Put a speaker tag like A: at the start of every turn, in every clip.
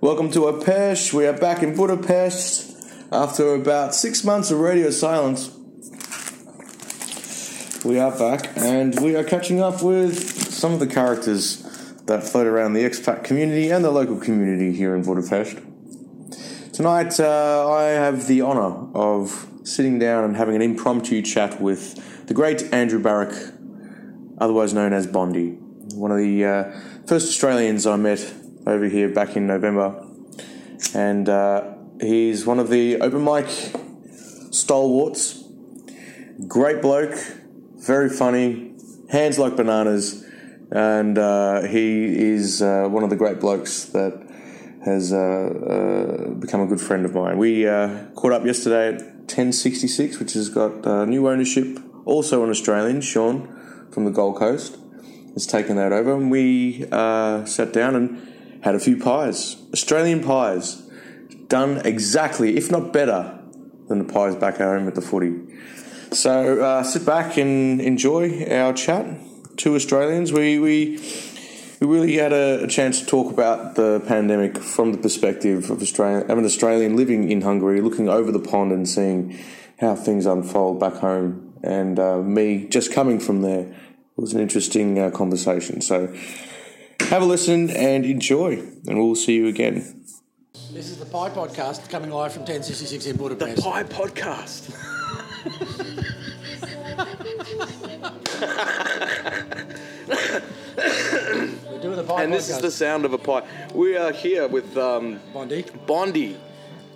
A: Welcome to Apesh. We are back in Budapest after about six months of radio silence. We are back and we are catching up with some of the characters that float around the expat community and the local community here in Budapest. Tonight, uh, I have the honour of sitting down and having an impromptu chat with the great Andrew Barrick, otherwise known as Bondi, one of the uh, first Australians I met over here back in November. And uh, he's one of the open mic stalwarts. Great bloke, very funny, hands like bananas, and uh, he is uh, one of the great blokes that has uh, uh, become a good friend of mine. We uh, caught up yesterday at 1066, which has got uh, new ownership, also an Australian, Sean, from the Gold Coast has taken that over, and we uh, sat down and had a few pies, Australian pies, done exactly, if not better, than the pies back at home at the footy. So uh, sit back and enjoy our chat. Two Australians, we we, we really had a, a chance to talk about the pandemic from the perspective of Australia, of an Australian living in Hungary, looking over the pond and seeing how things unfold back home, and uh, me just coming from there. It was an interesting uh, conversation. So have a listen and enjoy, and we'll see you again.
B: This is the Pie Podcast coming live from 1066 in Budapest.
C: Pie Podcast.
B: We're doing the Pie
C: And
B: Podcast.
C: this is the sound of a pie. We are here with um,
B: Bondi.
C: Bondi,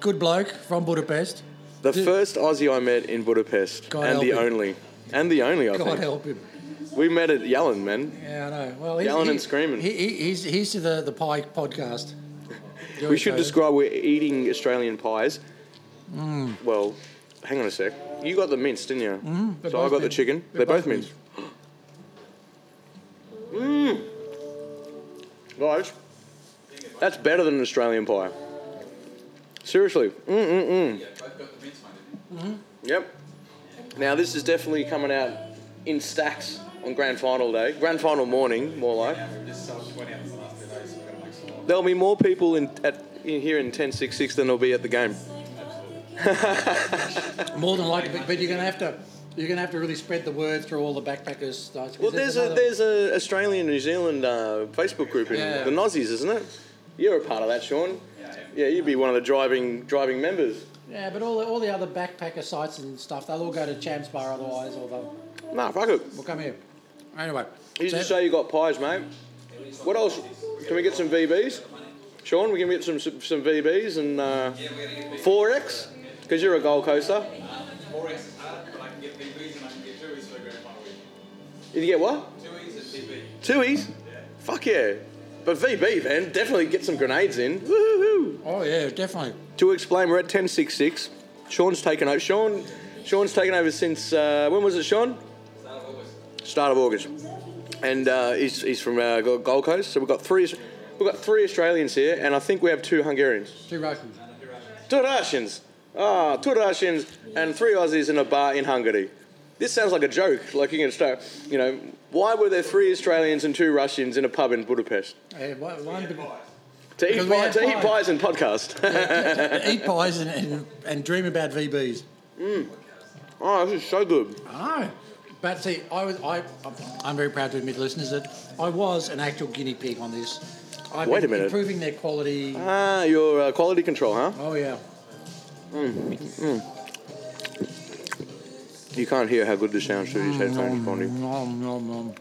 B: Good bloke from Budapest.
C: the first Aussie I met in Budapest,
B: God
C: and
B: help
C: the
B: him.
C: only, and the only. I
B: God
C: think
B: help him.
C: we met at Yellen, man.
B: Yeah, I know. Well, he's,
C: Yelling and screaming.
B: He, he, he's, he's to the, the Pie Podcast.
C: We should describe we're eating Australian pies. Well, hang on a sec. You got the mince, didn't you? Mm,
B: Mm-hmm. they're
C: so I got
B: both
C: the
B: minced.
C: chicken.
B: They're
C: They're,
B: both
C: both minced. Mm. Mmm. Guys, that's better than an Australian pie. Seriously. Mm mm mm.
B: Mm-hmm.
C: Yep. Now this is definitely coming out in stacks on grand final day, grand final morning, more like. There'll be more people in, at, in here in 1066 than there'll be at the game.
B: More than likely, but, but you're going to have to. You're going to have to really spread the word through all the backpackers. Well,
C: Well, there's a there's a Australian New Zealand uh, Facebook group in
B: Yeah.
C: the Aussies, isn't it? You're a part of that, Sean. Yeah, you'd be one of the driving driving members.
B: yeah, but all the, all the other backpacker sites and stuff, they'll all go to Champs Bar otherwise, or they'll
C: Nah, fuck it.
B: well, come here. Anyway,
C: You just
B: so-
C: say you got pies, mate. What else? Can we get some VBs? Sean, we can get some some, some VBs and uh, 4X because you're a Gold Coaster.
D: Four X is hard, but I can get VBs and I can get two E's for the grand final week.
C: Did you get what?
D: Two E's and TB.
C: Twoies? Fuck yeah. But VB, man, definitely get some grenades in. Woohoo!
B: oh yeah, definitely.
C: to explain, we're at 1066. Sean's taken over. Sean, Sean's taken over since uh, when was it, Sean? Start of August. And uh, he's, he's from uh, Go- Gold Coast, so we've got three we've got three Australians here, and I think we have two Hungarians,
B: Two Russians.
C: two Russians, ah, two Russians, and three Aussies in a bar in Hungary. This sounds like a joke. Like you can start, you know, why were there three Australians and two Russians in a pub in Budapest
B: Yeah, one, one,
C: to eat,
B: Because we
C: pie,
B: had
C: to eat
B: pies.
C: pies and podcast?
B: eat pies and, and, and dream about VBs.
C: oh, this is so good.
B: I know. Oh. But see, I was, I, I'm very proud to admit, listeners, that I was an actual guinea pig on this. I've
C: Wait
B: been
C: a minute.
B: Improving their quality.
C: Ah, your uh, quality control, huh?
B: Oh, yeah.
C: You can't hear how good this sounds through these headphones, Bonnie.
B: Nom, nom, nom.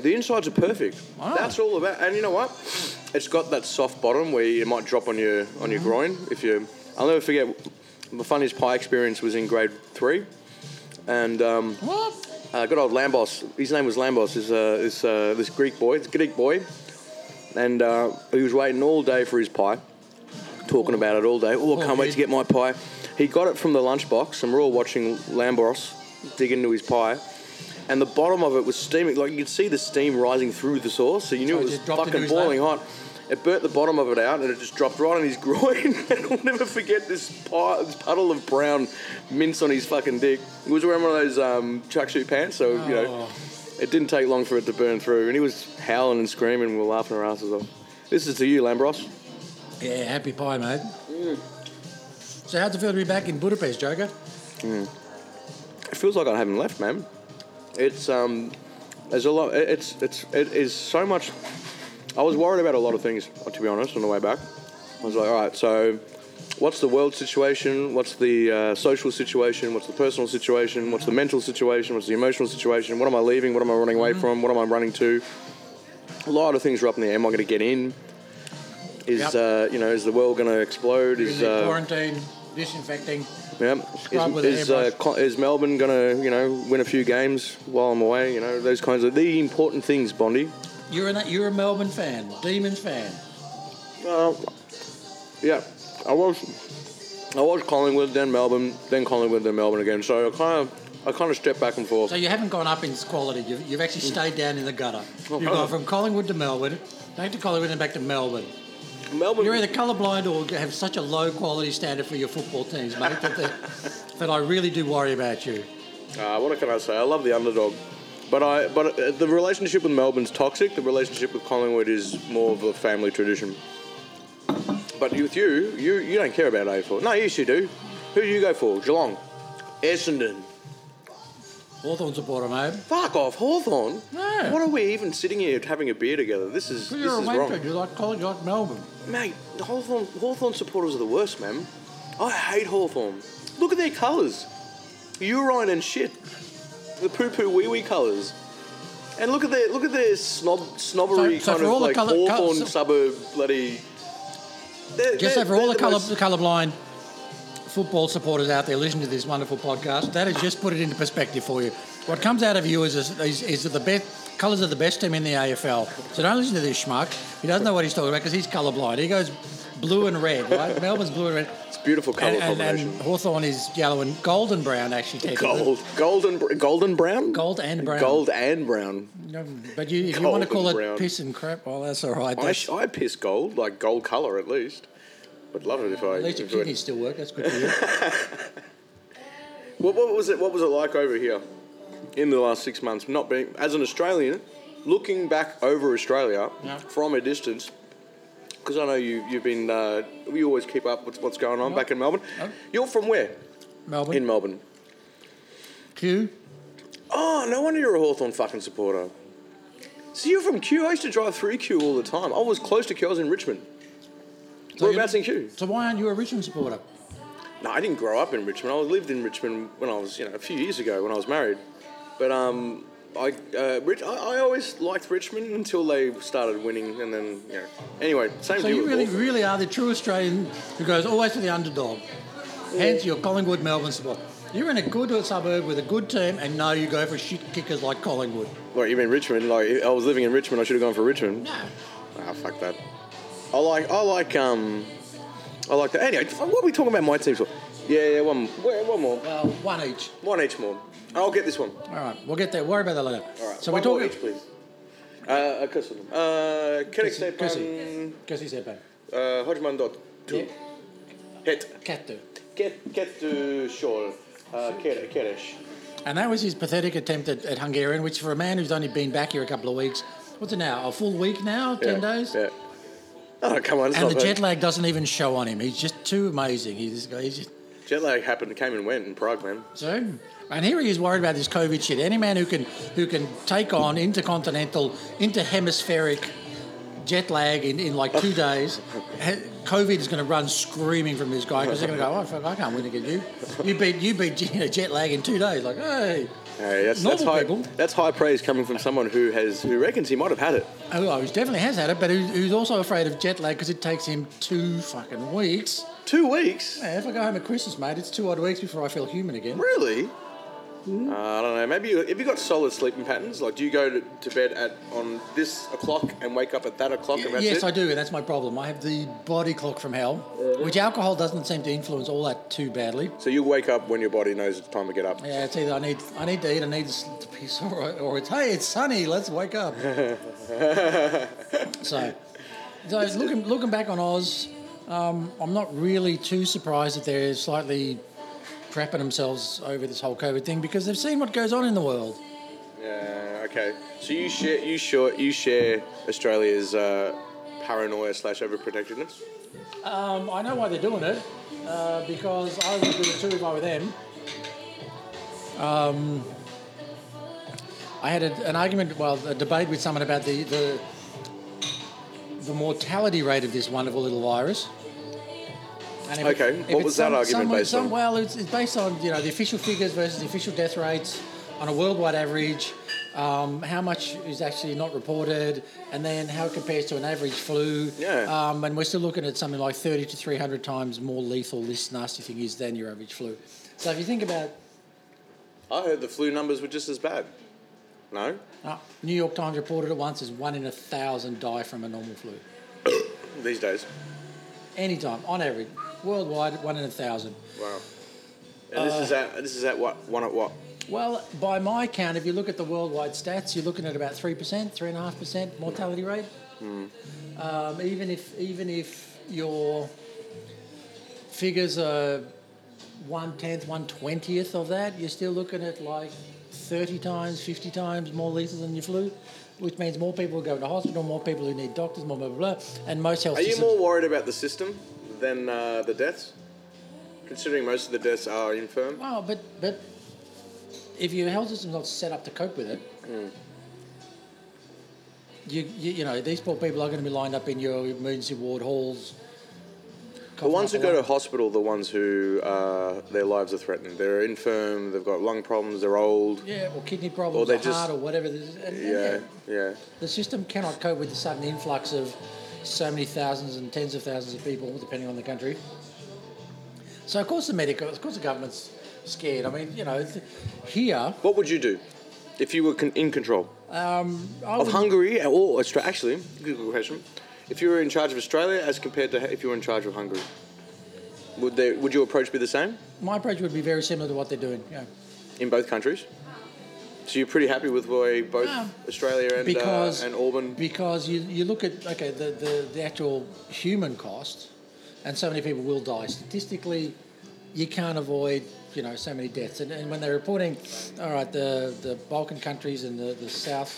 C: The insides are perfect.
B: Wow.
C: That's all about. And you know what? It's got that soft bottom where it might drop on your on your groin if you. I'll never forget. The funniest pie experience was in grade three, and um,
B: What?
C: uh, good old Lambos. His name was Lambos. Is uh, this uh, this Greek boy? It's a Greek boy, and uh, he was waiting all day for his pie, talking about it all day. Oh, I can't wait to get my pie. He got it from the lunchbox, and we we're all watching Lambos dig into his pie. And the bottom of it was steaming, like you could see the steam rising through the sauce, so you knew
B: So it
C: it was
B: just dropped into
C: fucking
B: his
C: boiling hot. It burnt the bottom of it out, and it just dropped right on his groin. and I'll never forget this, pie, this puddle of brown mince on his fucking dick. He was wearing one of those um, tracksuit pants, so you know,
B: Oh.
C: it didn't take long for it to burn through. And he was howling and screaming. We were laughing our asses off. This is to you, Lambros.
B: Yeah, happy pie, mate. Mm. So how'd it feel to be back in Budapest, Joker?
C: It feels like I haven't left, man. It's um, there's a lot. it- It's it's it is so much. I was worried about a lot of things, to be honest, on the way back. I was like, all right, so what's the world situation? What's the uh, social situation? What's the personal situation? What's the mental situation? What's the emotional situation? What am I leaving? What am I running away from? What am I running to? A lot of things are up in the air. Am I going to get in? Is
B: Yep.
C: uh, you know, is the world going to explode?
B: Is
C: Is
B: it
C: uh,
B: quarantine, disinfecting?
C: yeah.
B: Scrub with
C: Is, is,
B: an
C: uh,
B: airbrush.
C: co- is Melbourne going to, you know, win a few games while I'm away? You know, those kinds of the important things, Bondi.
B: You're a you're a Melbourne fan, Demons fan.
C: Uh, yeah, I was, I was Collingwood, then Melbourne, then Collingwood, then Melbourne again. So I kind of, I kind of step back and forth.
B: So you haven't gone up in quality. You've, you've actually
C: Mm.
B: stayed down in the gutter. You've gone from Collingwood to Melbourne, back to Collingwood, and back to Melbourne.
C: Melbourne.
B: You're either colourblind or have such a low quality standard for your football teams, mate, that, that, that I really do worry about you.
C: Uh, what can I say? I love the underdog, but I but uh, the relationship with Melbourne's toxic. The relationship with Collingwood is more of a family tradition. But with you, you you don't care about AFL. No, yes you do. Who do you go for? Geelong, Essendon.
B: Hawthorn supporter, mate.
C: Fuck off, Hawthorn.
B: Yeah.
C: What are we even sitting here having a beer together? This is this
B: You're a
C: is
B: away fan.
C: wrong,
B: You like Collingwood, you like Melbourne.
C: mate. The Hawthorn Hawthorn supporters are the worst, man. I hate Hawthorn. Look at their colours, urine and shit. The poo poo wee wee colours. And look at their look at their snob snobbery
B: So- so
C: kind
B: for
C: of
B: all the
C: like
B: colour- colour-
C: Hawthorn
B: so-
C: suburb bloody. They're,
B: Just
C: they're-
B: so for all
C: they're
B: the, colour,
C: most-
B: colourblind football supporters out there listening to this wonderful podcast, that has just put it into perspective for you. What comes out of you is is, is that the best colours are the best team in the AFL. So don't listen to this schmuck. He doesn't know what he's talking about because he's colourblind. He goes blue and red, right? Melbourne's blue and red.
C: It's beautiful colour
B: And, and,
C: combination.
B: and Hawthorne is yellow and golden brown, actually. technically.
C: Gold, golden, br- golden brown,
B: Gold and brown.
C: gold and brown.
B: No, But you, if you want
C: Golden
B: to call it
C: brown.
B: piss and crap, well, that's all right.
C: I,
B: That's,
C: sh- I piss gold, like gold colour at least. Would love it if I.
B: at least your
C: if it-
B: kidneys still work. That's good for you.
C: What, what was it? What was it like over here in the last six months? Not being as an Australian, looking back over Australia
B: Yeah.
C: from a distance. Because I know you, you've been, uh, you always keep up with what's going on back in Melbourne.
B: Yep.
C: You're from where?
B: Melbourne.
C: In Melbourne.
B: Q.
C: Oh, no wonder you're a Hawthorn fucking supporter. So you're from Q. I used to drive through Q all the time. I was close to Q. I was in Richmond.
B: So you-
C: Whereabouts in Q?
B: So why aren't you a Richmond supporter?
C: No, I didn't grow up in Richmond. I lived in Richmond when I was, you know, a few years ago when I was married. But um, I, uh, Rich, I, I always liked Richmond until they started winning, and then you know. Anyway, same
B: So
C: deal
B: you
C: with
B: really,
C: Hawthorn.
B: really are the true Australian who goes always for the underdog. Hence your Collingwood Melbourne support. You're in a good suburb with a good team, and no, you go for shit kickers like Collingwood.
C: What you mean Richmond? Like I was living in Richmond, I should have gone for Richmond.
B: No.
C: Ah, fuck that. I like, I like, um, I like that. Anyway, what are we talking about my teams for? Yeah, yeah, one, where- one more,
B: Well, one each.
C: one each more. I'll get this one.
B: All right, we'll get there. Worry about that later.
C: All right.
B: So
C: one
B: we're
C: more
B: talking.
C: each, please. Uh, uh, Kusum. Uh, Kerek
B: Kusum,
C: Stepan.
B: Because he's Epo.
C: Uh, hogy mondod?
B: Yeah.
C: Tu. Het.
B: Catu.
C: Ket, kettő sor. Uh, kere, keres.
B: And that was his pathetic attempt at, at Hungarian, which for a man who's only been back here a couple of weeks, what's it now? A full week now? Ten days?
C: Yeah. Oh, come on. It's
B: And
C: not
B: the
C: bad.
B: jet lag doesn't even show on him. He's just too amazing. He's this guy. He's just,
C: jet lag happened, came and went in Prague, man.
B: So, and here he is worried about this COVID shit. Any man who can who can take on intercontinental, interhemispheric jet lag in, in like two days, ha- COVID is going to run screaming from this guy because they're going to go, oh fuck, I can't win against you. You beat you beat you know, jet lag in two days. Like, hey,
C: Hey, that's, that's,
B: normal
C: high,
B: people.
C: that's high praise coming from someone who has who reckons he might have had it.
B: Oh, oh, he definitely has had it, but who, who's also afraid of jet lag because it takes him two fucking weeks.
C: Two weeks?
B: Man, if I go home at Christmas, mate, it's two odd weeks before I feel human again.
C: Really? Uh, I don't know. Maybe you, have you got solid sleeping patterns? Like, do you go to, to bed at on this o'clock and wake up at that o'clock? and that's
B: yes,
C: it?
B: I do, and that's my problem. I have the body clock from hell, which alcohol doesn't seem to influence all that too badly.
C: So you wake up when your body knows it's time to get up.
B: Yeah, it's either I need I need to eat, I need to sleep, to piss, or, or it's hey, it's sunny, let's wake up. so, so looking looking back on Oz, um, I'm not really too surprised that they're slightly prepping themselves over this whole COVID thing because they've seen what goes on in the world.
C: Yeah. Okay. So you share you share you share Australia's uh, paranoia slash overprotectiveness?
B: Um, I know why they're doing it uh, because I would do it too if I were them. Um, I had a, an argument, well, a debate with someone about the, the the mortality rate of this wonderful little virus. And if it-
C: Okay,
B: if
C: what
B: it's
C: was that argument based on?
B: Well, it's, it's based on you know the official figures versus the official death rates on a worldwide average. Um, how much is actually not reported, and then how it compares to an average flu.
C: Yeah.
B: Um, and we're still looking at something like 30 to 300 times more lethal this nasty thing is than your average flu. So if you think about
C: I heard the flu numbers were just as bad. No?
B: uh, New York Times reported it once as one in a thousand die from a normal flu.
C: These days.
B: Anytime, on average, worldwide, one in a thousand.
C: Wow. And this is at this is at what one at what?
B: Well, by my count, if you look at the worldwide stats, you're looking at about three percent, three and a half percent mortality rate.
C: Hmm.
B: Um, even if even if your figures are one tenth, one twentieth of that, you're still looking at like thirty times, fifty times more lethal than your flu, which means more people go to hospital, more people who need doctors, more blah blah blah, and most health
C: Are you
B: systems.
C: more worried about the system than uh, the deaths? Considering most of the deaths are infirm.
B: Well, but but if your health system's not set up to cope with it,
C: Mm.
B: you, you you know these poor people are going to be lined up in your emergency ward halls.
C: The ones who go to hospital, the ones who uh, their lives are threatened. They're infirm. They've got lung problems. They're old.
B: yeah, or kidney problems,
C: Or
B: or,
C: they just-
B: heart, or whatever. this is. And- and
C: Yeah, yeah.
B: the system cannot cope with the sudden influx of so many thousands and tens of thousands of people, depending on the country. So of course the medical, of course the government's scared. I mean, you know, th- here
C: What would you do if you were con- in control
B: I
C: of
B: would-
C: Hungary uh, or Austra- Actually, good question. If you were in charge of Australia as compared to if you were in charge of Hungary, would they, would your approach be the same
B: my approach would be very similar to what they're doing. Yeah.
C: in both countries? So you're pretty happy with where both
B: Yeah.
C: Australia and
B: because
C: uh, and Orban
B: Because you, you look at okay the, the, the actual human cost, and so many people will die. Statistically, you can't avoid you know so many deaths. And, and when they're reporting, all right, the, the Balkan countries and the, the south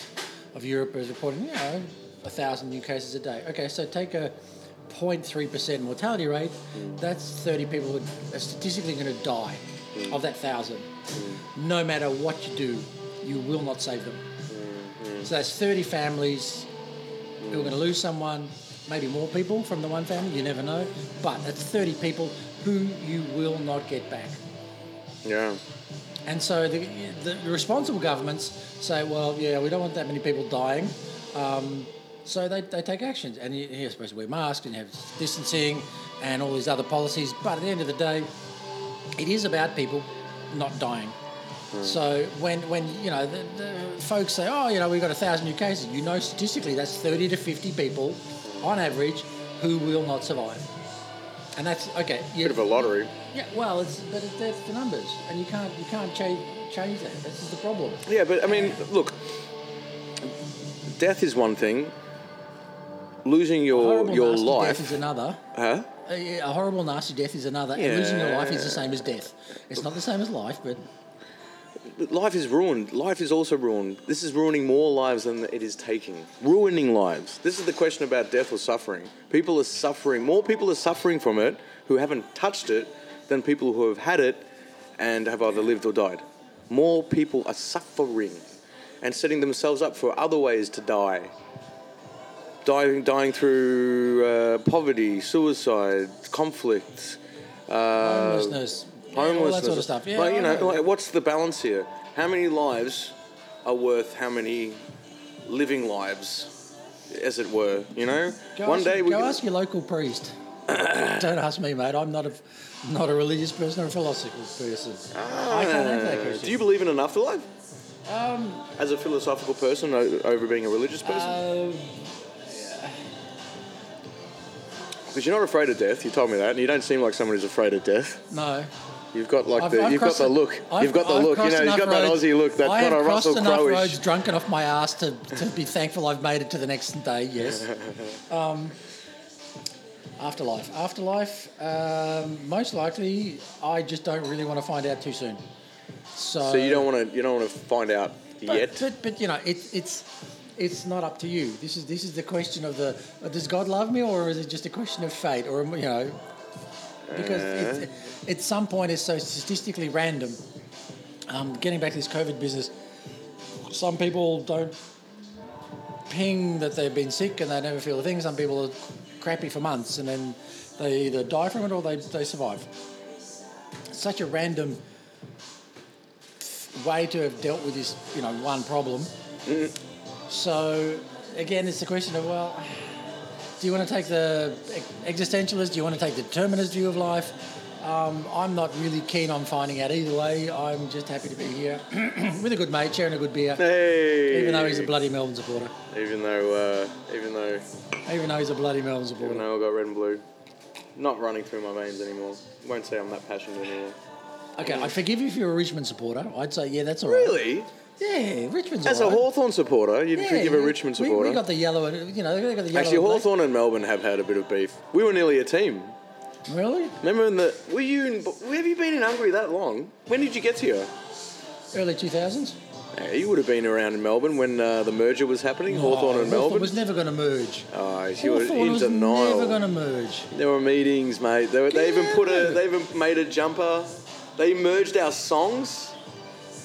B: of Europe is reporting you know a thousand new cases a day. Okay, so take a 0.3% mortality rate. That's 30 people who are statistically going to die of that thousand.
C: Mm.
B: No matter what you do, you will not save them. So that's 30 families who are going to lose someone, maybe more people from the one family, you never know. But that's 30 people who you will not get back.
C: Yeah.
B: And so the, the responsible governments say, well, yeah, we don't want that many people dying. Um, so they, they take actions. And you- you're supposed to wear masks and you have distancing and all these other policies. But at the end of the day, it is about people not dying. So when, when you know the, the folks say, oh, you know, we've got a thousand new cases, you know statistically that's 30 to 50 people on average who will not survive. And that's okay. you-
C: Bit of a lottery.
B: yeah, well, it's but it's, that's the numbers, and you can't you can't change change that. This is the problem.
C: Yeah, but I mean, look, death is one thing. Losing your
B: horrible
C: your
B: nasty
C: life,
B: death is another.
C: huh?
B: A, a horrible nasty death is another. And losing your life is the
C: Yeah.
B: same as death. It's not the same as life, but
C: Life is ruined. Life is also ruined. This is ruining more lives than it is taking. Ruining lives. This is the question about death or suffering. People are suffering. More people are suffering from it who haven't touched it than people who have had it and have either lived or died. More people are suffering and setting themselves up for other ways to die. Dying, dying through uh, poverty, suicide, conflict,
B: homelessness, yeah, all that
C: homelessness.
B: sort of stuff. Yeah,
C: like, you
B: I
C: know, like, what's the balance here? How many lives are worth how many living lives, as it were? You know,
B: Go
C: one
B: ask,
C: day we
B: go
C: can-
B: ask your local priest. Don't ask me, mate. I'm not a not a religious person or a philosophical person. I can't answer that question.
C: Ah. Do you believe in an afterlife? Um, as a philosophical person o- over being a religious person,
B: Uh,
C: because you're not afraid of death. You told me that, and you don't seem like someone who's afraid of death.
B: no.
C: You've got like
B: I've-
C: the
B: I've
C: you've got
B: crossed
C: the
B: en-
C: look.
B: I've-
C: you've got the
B: I've
C: look. You
B: crossed
C: know, he's
B: enough
C: got that
B: roads-
C: Aussie look. That's
B: I
C: not
B: have
C: a
B: crossed
C: Russell
B: enough
C: Crowe-ish.
B: roads drunk enough my ass to, to be thankful I've made it to the next day. Yes. Um, afterlife. Afterlife. Um, most likely, I just don't really want to find out too soon. So,
C: So you don't want to you don't want to find out
B: but,
C: yet.
B: But, but you know, it, it's it's not up to you. This is this is the question of the uh, does God love me or is it just a question of fate or you know because it's, at some point it's so statistically random. Um, getting back to this COVID business, some people don't ping that they've been sick and they never feel a thing. Some people are crappy for months and then they either die from it or they, they survive. Such a random way to have dealt with this, you know, one problem. So again, it's the question of well, do you want to take the existentialist? Do you want to take the determinist view of life? Um, I'm not really keen on finding out either way. I'm just happy to be here with a good mate, sharing a good beer,
C: Hey.
B: even though he's a bloody Melbourne supporter.
C: Even though, uh, even though,
B: Even though he's a bloody Melbourne
C: even
B: supporter.
C: though I got red and blue, not running through my veins anymore. Won't say I'm that passionate anymore.
B: Okay, I forgive you if you're a Richmond supporter. I'd say yeah, that's all right.
C: Really?
B: Yeah, Richmond's
C: As
B: all
C: a
B: right.
C: Hawthorn supporter, you'd
B: Yeah,
C: forgive a
B: we-
C: Richmond
B: we-
C: supporter.
B: We, got the yellow, and you know, they got the yellow.
C: Actually,
B: and black.
C: Hawthorn and Melbourne have had a bit of beef. We were nearly a team.
B: Really?
C: Remember in the were you in? Have you been in Hungary that long? When did you get here?
B: Early 2000s.
C: Yeah, you would have been around in Melbourne when uh, the merger was happening, Hawthorn and Melbourne.
B: was never going to merge.
C: oh, you were
B: Hawthorn
C: in
B: was
C: denial.
B: never going to merge.
C: There were meetings, mate. They, were, they even put a.
B: Yeah.
C: They even made a jumper. They merged our songs.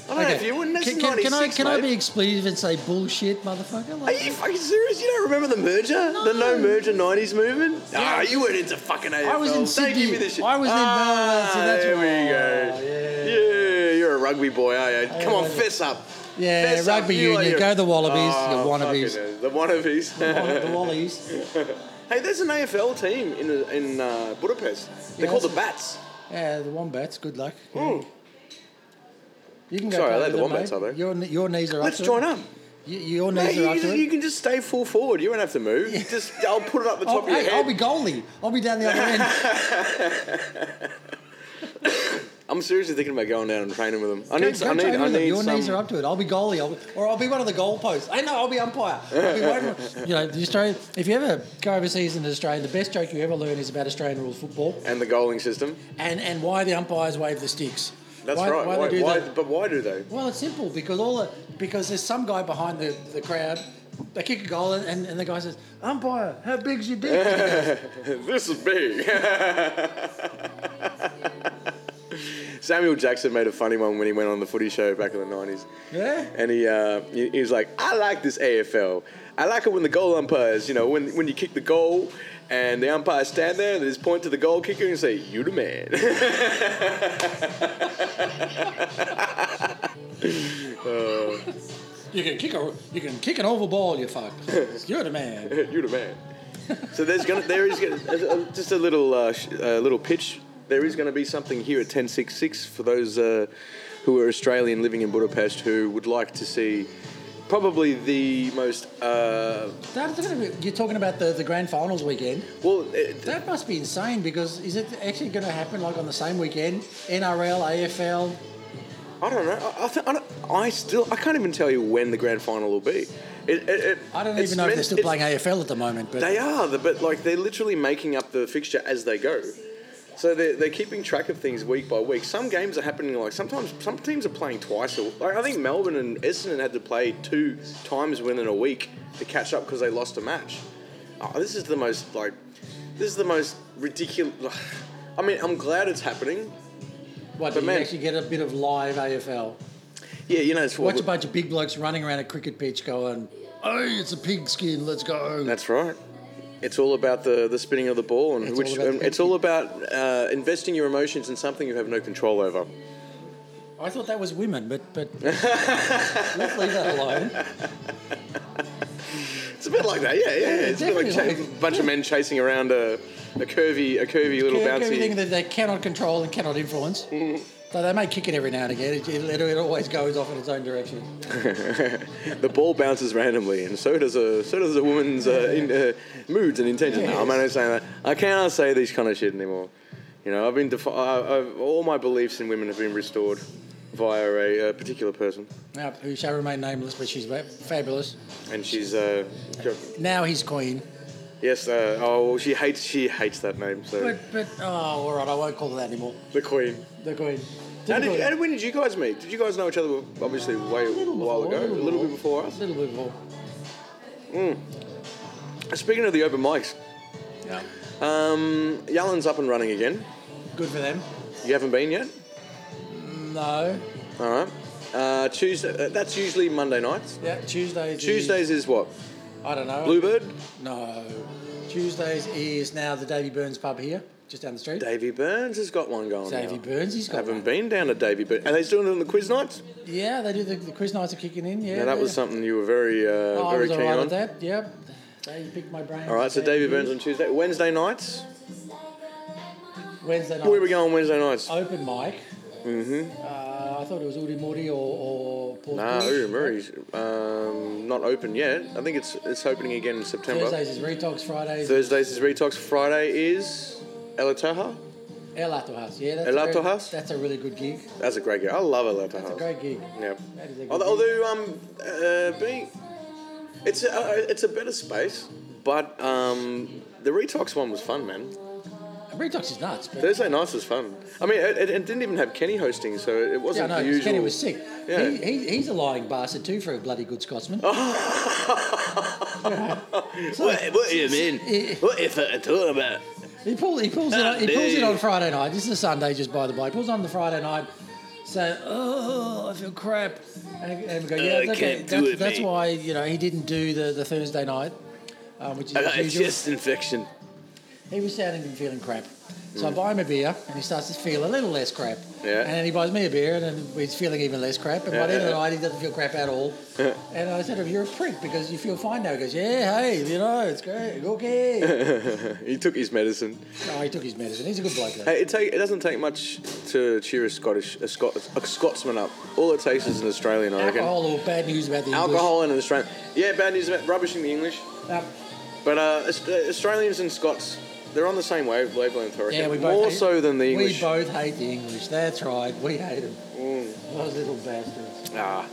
C: I don't know if you were. This
B: Can,
C: is
B: can, can I
C: 96,
B: can I
C: mate.
B: be expletive and say bullshit, motherfucker?
C: Are
B: Like,
C: you fucking serious? You don't remember the merger? The no
B: No.
C: merger '90s movement? Ah, you weren't into fucking AFL.
B: was in
C: Don't give me
B: Sydney.
C: this shit.
B: I was in-
C: ah,
B: no, see, that's
C: there
B: what-
C: we
B: Oh,
C: go. Yeah. you're a rugby boy, are you? Come on,
B: yeah.
C: fess up.
B: Yeah,
C: fess up.
B: rugby
C: You are
B: union,
C: your-
B: go the Wallabies,
C: Oh,
B: you wannabes.
C: fucking hell, The wannabes.
B: the Wallies.
C: hey, there's an AFL team in in uh, Budapest. They're
B: Yeah,
C: called the
B: that's-
C: Bats.
B: Yeah, the wombats. Good luck.
C: Mm.
B: You can go.
C: Sorry,
B: play
C: I like
B: with
C: the
B: them,
C: Wombats,
B: mate.
C: are they?
B: Your, kn- your knees are
C: Let's
B: up. to
C: join
B: it.
C: up.
B: Y- your
C: Mate,
B: knees
C: you,
B: are up
C: just-
B: to
C: you
B: it.
C: can just stay full forward. You won't have to move. Just I'll put it up the top
B: I'll,
C: of your
B: Oh, hey,
C: head.
B: I'll be goalie. I'll be down the other end.
C: I'm seriously thinking about going down and training with them. I
B: Go-
C: need,
B: go
C: I
B: train
C: need, I
B: with them.
C: need
B: Your
C: some.
B: knees are up to it. I'll be goalie, I'll be, or I'll be one of the goalposts. I know I'll be umpire. I'll be one of- you know, the Australian. If you ever go overseas in Australia, the best joke you ever learn is about Australian rules football
C: and the goaling system.
B: and, and why the umpires wave the sticks.
C: That's
B: Why-
C: right.
B: Why,
C: Why,
B: they do
C: why-
B: that.
C: but why do they?
B: Well, it's simple because all the, because there's some guy behind the, the crowd. They kick a goal and, and, and the guy says, "Umpire, how big's your dick?" And he goes,
C: this is big. Samuel Jackson made a funny one when he went on the footy show back in the 90s.
B: Yeah?
C: And he, uh, he, he was like, I like this AFL. I like it when the goal umpires, you know, when, when you kick the goal and the umpires stand there and they just point to the goal kicker and say, You the man.
B: you can kick a you can kick an oval ball, you fuck. You're the man.
C: you the man. So there's gonna there is gonna, uh, just a little uh, sh- uh, little pitch. There is going to be something here at 1066 for those uh, who are Australian living in Budapest who would like to see probably the most uh,
B: That's gonna be- You're talking about the, the grand finals weekend.
C: well. eh, It,
B: That must be insane because is it actually going to happen like on the same weekend? NRL, AFL.
C: I don't know. I, I, th- I, don't, I still I can't even tell you when the grand final will be. It, it, it,
B: I don't
C: it's
B: even know if
C: meant-
B: they're still
C: it's-
B: playing AFL at the moment. But
C: They are, the- but like they're literally making up the fixture as they go. So they're, they're keeping track of things week by week. Some games are happening like sometimes some teams are playing twice. A, like I think Melbourne and Essendon had to play two times within a week to catch up because they lost a match. Oh, this is the most like this is the most ridiculous. I mean, I'm glad it's happening.
B: what
C: but
B: do you
C: man-
B: actually get a bit of live AFL?
C: Yeah, you know it's what
B: Watch a bunch of big blokes running around a cricket pitch going, "Hey, it's a pig skin. Let's go."
C: That's right. It's all about the, the spinning of the ball, and
B: It's
C: which
B: all about
C: um,
B: the
C: it's all about uh, investing your emotions in something you have no control over.
B: I thought that was women, but but let's leave that alone.
C: It's a bit like that, yeah, yeah. yeah. It's a bit like
B: Definitely.
C: cha- bunch of men chasing around a, a curvy, a curvy little
B: Everything
C: bouncy.
B: that they cannot control and cannot influence. So they may kick it every now and again. It, it, it always goes off in its own direction.
C: The ball bounces randomly, and so does a so does a woman's uh, in, uh, moods and intentions. No, I'm not saying that. I cannot say these kind of shit anymore. You know, I've been defi- I, I've, all my beliefs in women have been restored via a, uh particular person,
B: Now, who shall remain nameless, but she's ba- fabulous.
C: and she's uh, go-
B: Now he's queen.
C: yes. Uh, oh, she hates she hates that name. So
B: But but oh, all right, I won't call her that anymore.
C: the queen.
B: The queen.
C: How did,
B: Typically,
C: and when did you guys meet? Did you guys know each other? Obviously, way a
B: little
C: while
B: before,
C: ago, a little bit before us.
B: A little bit before.
C: Speaking of the open mics,
B: Yeah.
C: um, Yellen's up and running again.
B: Good for them.
C: You haven't been yet?
B: No.
C: All right. Uh, Tuesday. uh, That's usually Monday nights.
B: Yeah. Tuesdays.
C: Tuesdays is what?
B: Is, I don't know.
C: Bluebird.
B: No. Tuesdays is now the Davy Burns pub here, just down the street.
C: Davy Burns has got one going.
B: Davy
C: now.
B: Burns, he's got
C: Haven't
B: one.
C: been down to Davy Burns. Are they still doing the quiz nights?
B: Yeah, they do the, the quiz nights are kicking in. Yeah.
C: Now that was something you were very, uh,
B: Oh, I
C: very
B: was
C: keen
B: all right
C: on.
B: at that. Yep. They picked my brain.
C: All right, so Davy Burns on Tuesday, Wednesday nights.
B: Wednesday night.
C: Where are we going Wednesday nights?
B: Open mic. Mm-hmm. Uh, I thought it was Uri Muri or, or Paul
C: Nah,
B: Smith.
C: Uru Murray's um, not open yet. I think it's it's opening again in September.
B: Thursdays is Retox, Fridays
C: Thursdays is Retox. Friday is Elatoha.
B: El Atohas. Yeah, that's
C: El
B: a very-
C: Atohas?
B: That's a really good gig.
C: That's a great gig. I love Elatoha.
B: That's a great gig.
C: Yeah.
B: That is a good
C: Although, although um, uh, being, it's a, uh, it's a better space, but um, the Retox one was fun, man.
B: Retox is nuts, but
C: Thursday nights was fun. I mean, it, it, it didn't even have Kenny hosting, so it
B: yeah,
C: wasn't
B: no,
C: the
B: because
C: usual.
B: Kenny was sick.
C: Yeah. Oh.
B: He, he, he's a lying bastard too for a bloody good Scotsman.
C: What, what do you mean?
B: Eh.
C: What if I talk about?
B: He, pull, he pulls it. On, he pulls
C: Dude.
B: it on Friday night. This is a Sunday, just by the by. He pulls on the Friday night. So, oh, I feel crap. And, and we go, yeah,
C: I
B: that's, okay.
C: can't do
B: that's,
C: it,
B: that's
C: mate.
B: why you know he didn't do the, the Thursday night, um, which is
C: I got a
B: usual.
C: chest infection.
B: He was sounding and feeling crap. So I buy him a beer, and he starts to feel a little less crap.
C: Mm. Yeah.
B: And then he buys me a beer, and then he's feeling even less crap. And by the end of the
C: Yeah.
B: night, he doesn't feel crap at all. And I said to him, "You're a prick because you feel fine now." He goes, "Yeah, hey, you know, it's great, okay."
C: He took his medicine.
B: no, he took his medicine. He's a good bloke. Though.
C: Hey, it, take, it doesn't take much to cheer a Scottish a, Scot, a Scotsman up. All it takes is an Australian, I reckon.
B: Alcohol or bad news about the English.
C: Alcohol and an Australian. Yeah, bad news about rubbishing the English.
B: Uh,
C: But uh, Aus- uh, Australians and Scots, they're on the same wave, wavelength, I reckon.
B: yeah, we both
C: More
B: hate-
C: so than the English. Mm.
B: We both hate the English. That's right. We hate them. Those little bastards.
C: Ah.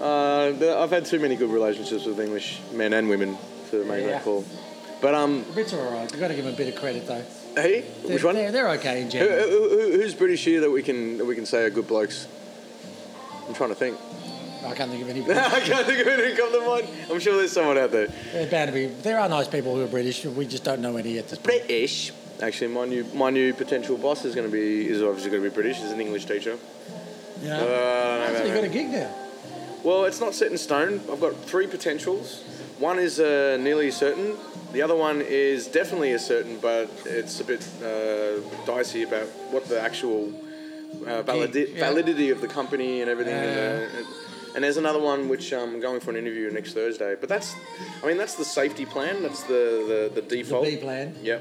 C: Uh, the- I've had too many good relationships with English men and women to make
B: Yeah.
C: that call. But um,
B: The Brits are all right. We've got to give them a bit of credit though.
C: hey,
B: They're,
C: which one?
B: They're, they're okay in
C: Who,
B: general.
C: who, who- who's British here that we can that we can say are good blokes? I'm trying to think.
B: I can't think of any.
C: I can't think of any come to mind. I'm sure there's someone out there.
B: They're bound to be. There are nice people who are British. We just don't know any at this point.
C: British. Actually, my new my new potential boss is going to be is obviously going to be British. He's an English teacher.
B: You
C: Uh,
B: know? so you got a gig now.
C: Well, it's not set in stone. I've got three potentials. One is uh, nearly certain. The other one is definitely a certain, but it's a bit uh, dicey about what the actual uh, validi-
B: Gig, yeah.
C: validity of the company and everything.
B: Yeah.
C: And, uh, and there's another one which I'm going for an interview next Thursday. But that's, I mean, that's the safety plan. That's the the, the default.
B: B plan.
C: Yep.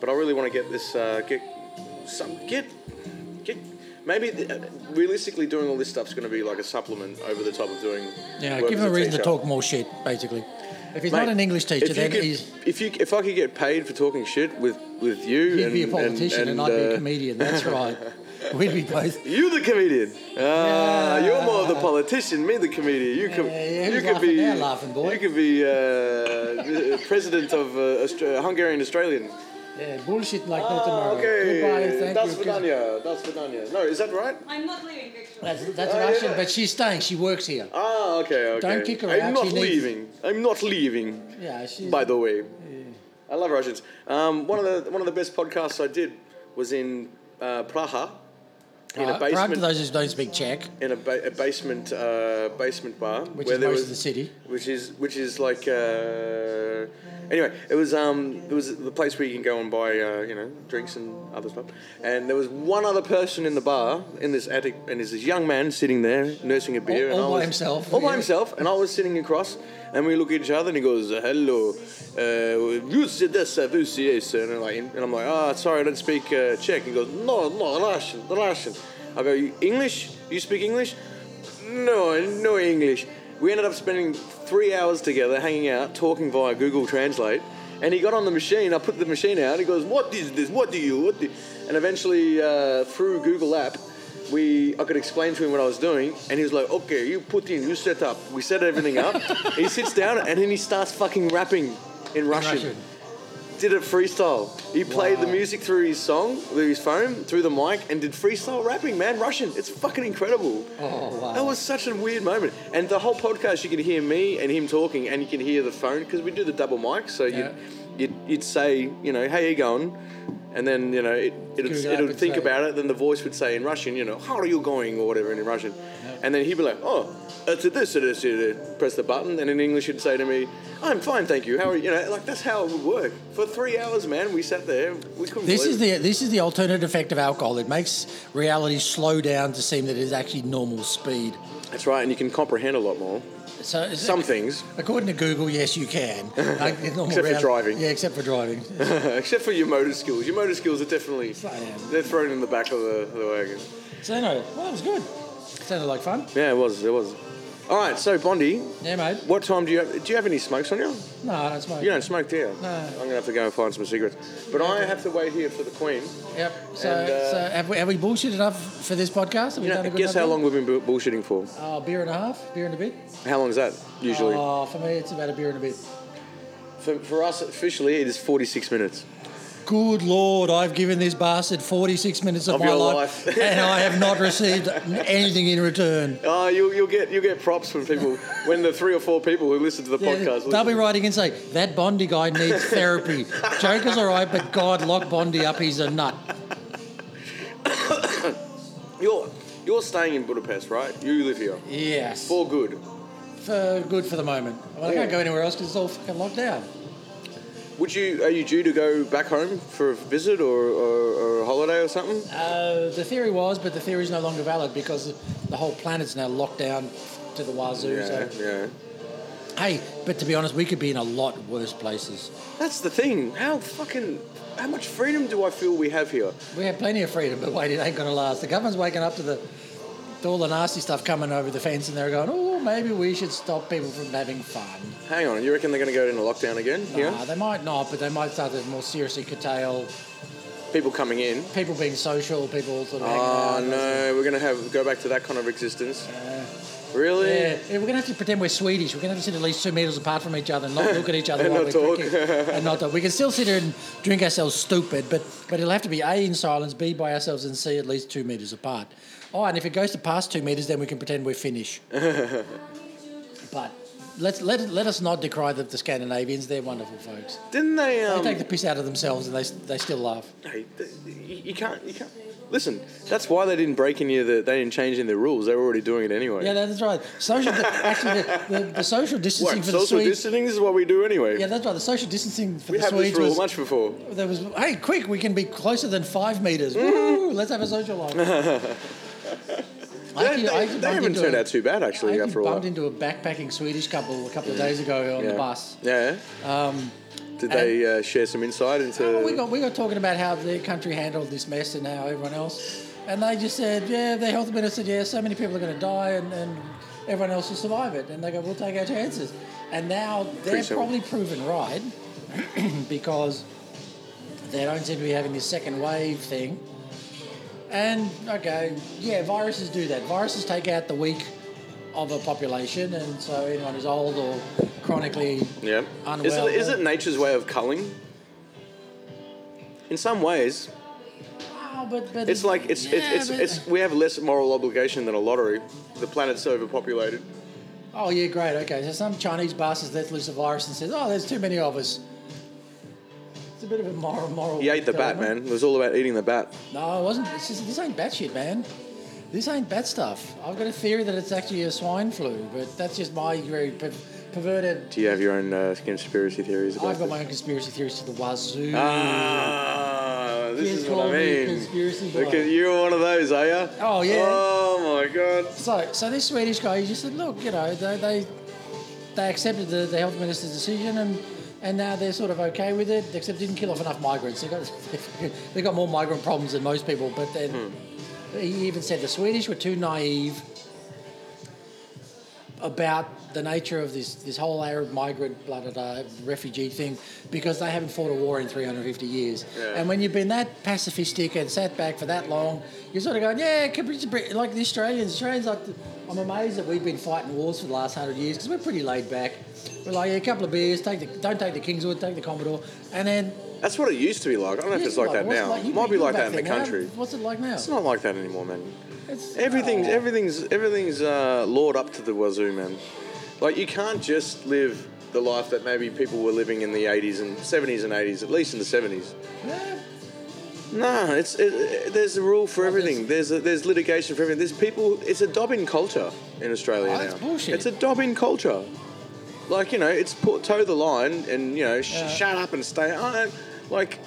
C: But I really want to get this uh, get some get get maybe uh, realistically doing all this stuff's going to be like a supplement over the top of doing.
B: Yeah,
C: work
B: give
C: as
B: him a reason
C: teacher.
B: to talk more shit, basically. If he's
C: Mate,
B: not an English teacher,
C: if you
B: then
C: could-
B: he's
C: If you if I could get paid for talking shit with with you,
B: he'd
C: and,
B: be a politician and,
C: and,
B: I'd be a
C: uh,
B: comedian. That's right. We'd be both.
C: You the comedian. Ah,
B: Yeah.
C: you're more of the politician. Me the comedian. You could.
B: yeah,
C: you
B: who's
C: could
B: laughing
C: be.
B: now, laughing boy?
C: You could be uh, president of uh, Austra- Hungarian Australian.
B: Yeah, bullshit like no
C: Ah,
B: tomorrow.
C: okay.
B: Goodbye, thank
C: that's
B: you.
C: Vidania. That's Vidania. No, is that right?
E: I'm not leaving, Victor.
B: That's, that's
C: Oh, yeah,
B: Russian,
C: yeah.
B: but she's staying. She works here.
C: Ah, okay, okay.
B: Don't kick her
C: I'm
B: out,
C: not
B: she needs-
C: leaving. I'm not leaving.
B: Yeah, she's.
C: By the way, I love Russians. Um, one of the one of the best podcasts I did was in uh, Praha, in a
B: Right, for up to
C: basement
B: those who don't speak Czech,
C: in a, ba- a basement uh, basement bar
B: Which is most of the city.
C: which is which is like uh, anyway it was um it was the place where you can go and buy uh, you know drinks and other stuff and there was one other person in the bar in this attic and there's this young man sitting there nursing a beer
B: All-
C: and
B: all
C: I
B: by
C: was,
B: himself,
C: all by
B: yeah.
C: himself and I was sitting across and we look at each other and he goes hello uh, you said this uh, you see this," and I'm like and I'm like ah sorry I don't speak uh, Czech he goes no no Russian Russian I go "You English you speak English no, no English. We ended up spending three hours together hanging out, talking via Google Translate. And he got on the machine. I put the machine out. He goes, "What is this? What do you? What do?" And eventually, uh, through Google App, we I could explain to him what I was doing, and he was like, "Okay, you put in, you set up." We set everything up. he sits down, and then he starts fucking rapping in Russian.
B: Russian.
C: did it freestyle. He played the music through his song, through his phone, through the mic, and did freestyle rapping, man, Russian. It's fucking incredible.
B: Oh, wow.
C: That was such a weird moment. And the whole podcast, you can hear me and him talking, and you can hear the phone, because we do the double mic, so
B: Yeah.
C: you'd, you'd, you'd say, you know, how you going? And then, you know, it, it'd,
B: Google
C: it'd
B: would
C: think
B: say-
C: about it, then the voice would say in Russian, you know, how are you going, or whatever in Russian. And then he'd be like, oh, it's a this, it is, it is. Press the button, and in English he'd say to me, I'm fine, thank you. How are you? You know, like that's how it would work. For three hours, man, we sat there. We couldn't
B: This
C: believe
B: is
C: it.
B: the this is the alternative effect of alcohol. It makes reality slow down to seem that it is actually normal speed.
C: That's right, and you can comprehend a lot more.
B: So is it-
C: Some things.
B: According to Google, yes, you can. Like, it's normal
C: Except for
B: reality-
C: driving.
B: Yeah, except for driving.
C: Except for your motor skills. Your motor skills are definitely they're thrown in the back of the, the wagon.
B: so no, well, that was good. Sounded like fun.
C: Yeah, it was. It was. All right. So Bondi,
B: Yeah, mate.
C: what time do you have? Do you have any smokes on you?
B: No, I don't smoke.
C: You don't smoke, do you?
B: No.
C: I'm gonna have to go and find some cigarettes. But I have to wait here for the Queen.
B: Yep. So,
C: And, uh,
B: so have, we, have we bullshit enough for this podcast? Have we
C: You know,
B: done a good
C: guess how
B: enough
C: long we've been bu- bullshitting for?
B: job? Oh, beer and a half, beer and a bit.
C: How long is that usually?
B: Oh, for me, it's about a beer and a bit.
C: For, for us officially, it is 46 minutes.
B: Good Lord, I've given this bastard 46 minutes of,
C: Of
B: my
C: your
B: life,
C: life.
B: and I have not received anything in return.
C: Oh, you'll, you'll get you'll get props from people when the three or four people who listen to the
B: Yeah,
C: podcast.
B: they'll
C: listen.
B: be writing and say, that Bondi guy needs therapy. Joker's all right, but God, lock Bondi up, he's a nut.
C: You're you're staying in Budapest, right? You live here
B: Yes.
C: for good.
B: For good for the moment. I, mean, I
C: Yeah.
B: can't go anywhere else because it's all fucking locked down.
C: Would you are you due to go back home for a visit or, or, or a holiday or something?
B: Uh, the theory was, but the theory is no longer valid because the whole planet's now locked down to the wazoo.
C: Yeah,
B: So,
C: yeah.
B: hey, but to be honest, we could be in a lot worse places.
C: That's the thing. How fucking how much freedom do I feel we have here?
B: We have plenty of freedom, but wait, it ain't going to last. The government's waking up to the to all the nasty stuff coming over the fence, and they're going, "Oh, maybe we should stop people from having fun."
C: Hang on, you reckon they're going to go into lockdown again?
B: Nah,
C: Yeah.
B: they might not, but they might start to more seriously curtail
C: People coming in.
B: people being social, people sort of.
C: Oh
B: hanging out.
C: no, we're going to have go back to that kind of existence.
B: Yeah.
C: Really?
B: Yeah, yeah, we're gonna have to pretend we're Swedish. We're gonna have to sit at least two meters apart from each other and not look at each other
C: And
B: while
C: not
B: we're
C: talk.
B: drinking. and not talk. We can still sit here and drink ourselves stupid, but but it'll have to be a in silence, b by ourselves, and c at least two meters apart. Oh, and if it goes to past two meters, then we can pretend we're Finnish. but let's let let us not decry the, the Scandinavians. They're wonderful folks.
C: Didn't they?
B: They
C: Um,
B: take the piss out of themselves, and they s- they still laugh.
C: Hey, th- you you can't. You can't. Listen, that's why they didn't break any of the. They didn't change any of the rules. They were already doing it anyway.
B: Yeah, that's right. Social di- actually the, the, the social
C: What,
B: distancing for the
C: social
B: Swedes.
C: distancing is what we do anyway.
B: yeah, that's right. The social distancing for
C: we
B: the
C: have
B: Swedes
C: this rule
B: was
C: much before.
B: There was, hey, quick, we can be closer than five meters.
C: Mm-hmm.
B: Woo, let's have a social life. I
C: They,
B: actually-
C: they- they
B: I actually bumped
C: haven't
B: into
C: turned
B: a-
C: out too bad
B: I
C: actually
B: actually
C: after a while.
B: bumped into a backpacking Swedish couple a couple of days ago on
C: yeah.
B: the bus.
C: Yeah.
B: Um,
C: Did they uh, share some insight into?
B: well, we, got, we got talking about how their country handled this mess and how everyone else. And they just said, yeah, their health minister said, yeah, so many people are going to die and, and everyone else will survive it. And they go, we'll take our chances. And now they're
C: Pretty simple.
B: probably proven right because they don't seem to be having this second wave thing. And okay, yeah, viruses do that. Viruses take out the weak of a population, and so anyone who's old or chronically
C: yeah.
B: unwell.
C: Is it, is it nature's way of culling? In some ways,
B: Oh, but, but
C: it's like it's
B: Yeah,
C: it's,
B: but-
C: it's, it's we have less moral obligation than a lottery. The planet's overpopulated.
B: Oh yeah, great. Okay, so some Chinese bastard's let loose a virus and says, "Oh, there's too many of us." It's a bit of a moral moral.
C: He ate the bat,
B: dilemma.
C: man. It was all about eating the bat.
B: No, it wasn't. It's just, this ain't bat shit, man. This ain't bat stuff. I've got a theory that it's actually a swine flu, but that's just my very per- perverted.
C: Do you have your own uh, conspiracy theories about
B: I've got
C: this?
B: my own conspiracy theories to the wazoo.
C: Ah, this
B: Kids
C: is what
B: call
C: I
B: me
C: mean.
B: uh, conspiracy
C: Look
B: guy.
C: at- you're one of those, are you?
B: Oh, yeah.
C: Oh my god.
B: So, so this Swedish guy, he just said, look, you know, they they, they accepted the, the health minister's decision and and now they're sort of okay with it, except didn't kill off enough migrants. They got they got more migrant problems than most people. But then he even said the Swedish were too naive about the nature of this this whole Arab migrant blah blah blah refugee thing because they haven't fought a war in 350 years.
C: Yeah.
B: And when you've been that pacifistic and sat back for that long, you're sort of going, yeah, could we just bring-" like the Australians. Australians like the, I'm amazed that we've been fighting wars for the last hundred years because we're pretty laid back. We're like yeah, a couple of beers, take the don't take the Kingswood, take the Commodore, and then
C: That's what it used to be like. I don't know if it's like that
B: what's it
C: now.
B: like- you-
C: It might be
B: you
C: like
B: back
C: that in the
B: then, how-
C: country.
B: What's it like now?
C: It's not like that anymore, man.
B: It's-
C: Everything's
B: oh.
C: everything's everything's uh, lawed up to the wazoo, man. Like you can't just live the life that maybe people were living in the '80s and '70s and '80s, at least in the '70s.
B: Yeah.
C: Nah, it's it, it- there's a rule
B: Oh,
C: for everything. There's a, there's litigation for everything. There's people. It's a dobbing culture in Australia now.
B: Oh, that's bullshit.
C: It's a dobbing culture. Like you know, it's put toe the line and you know, sh- shut up and stay. I don't, like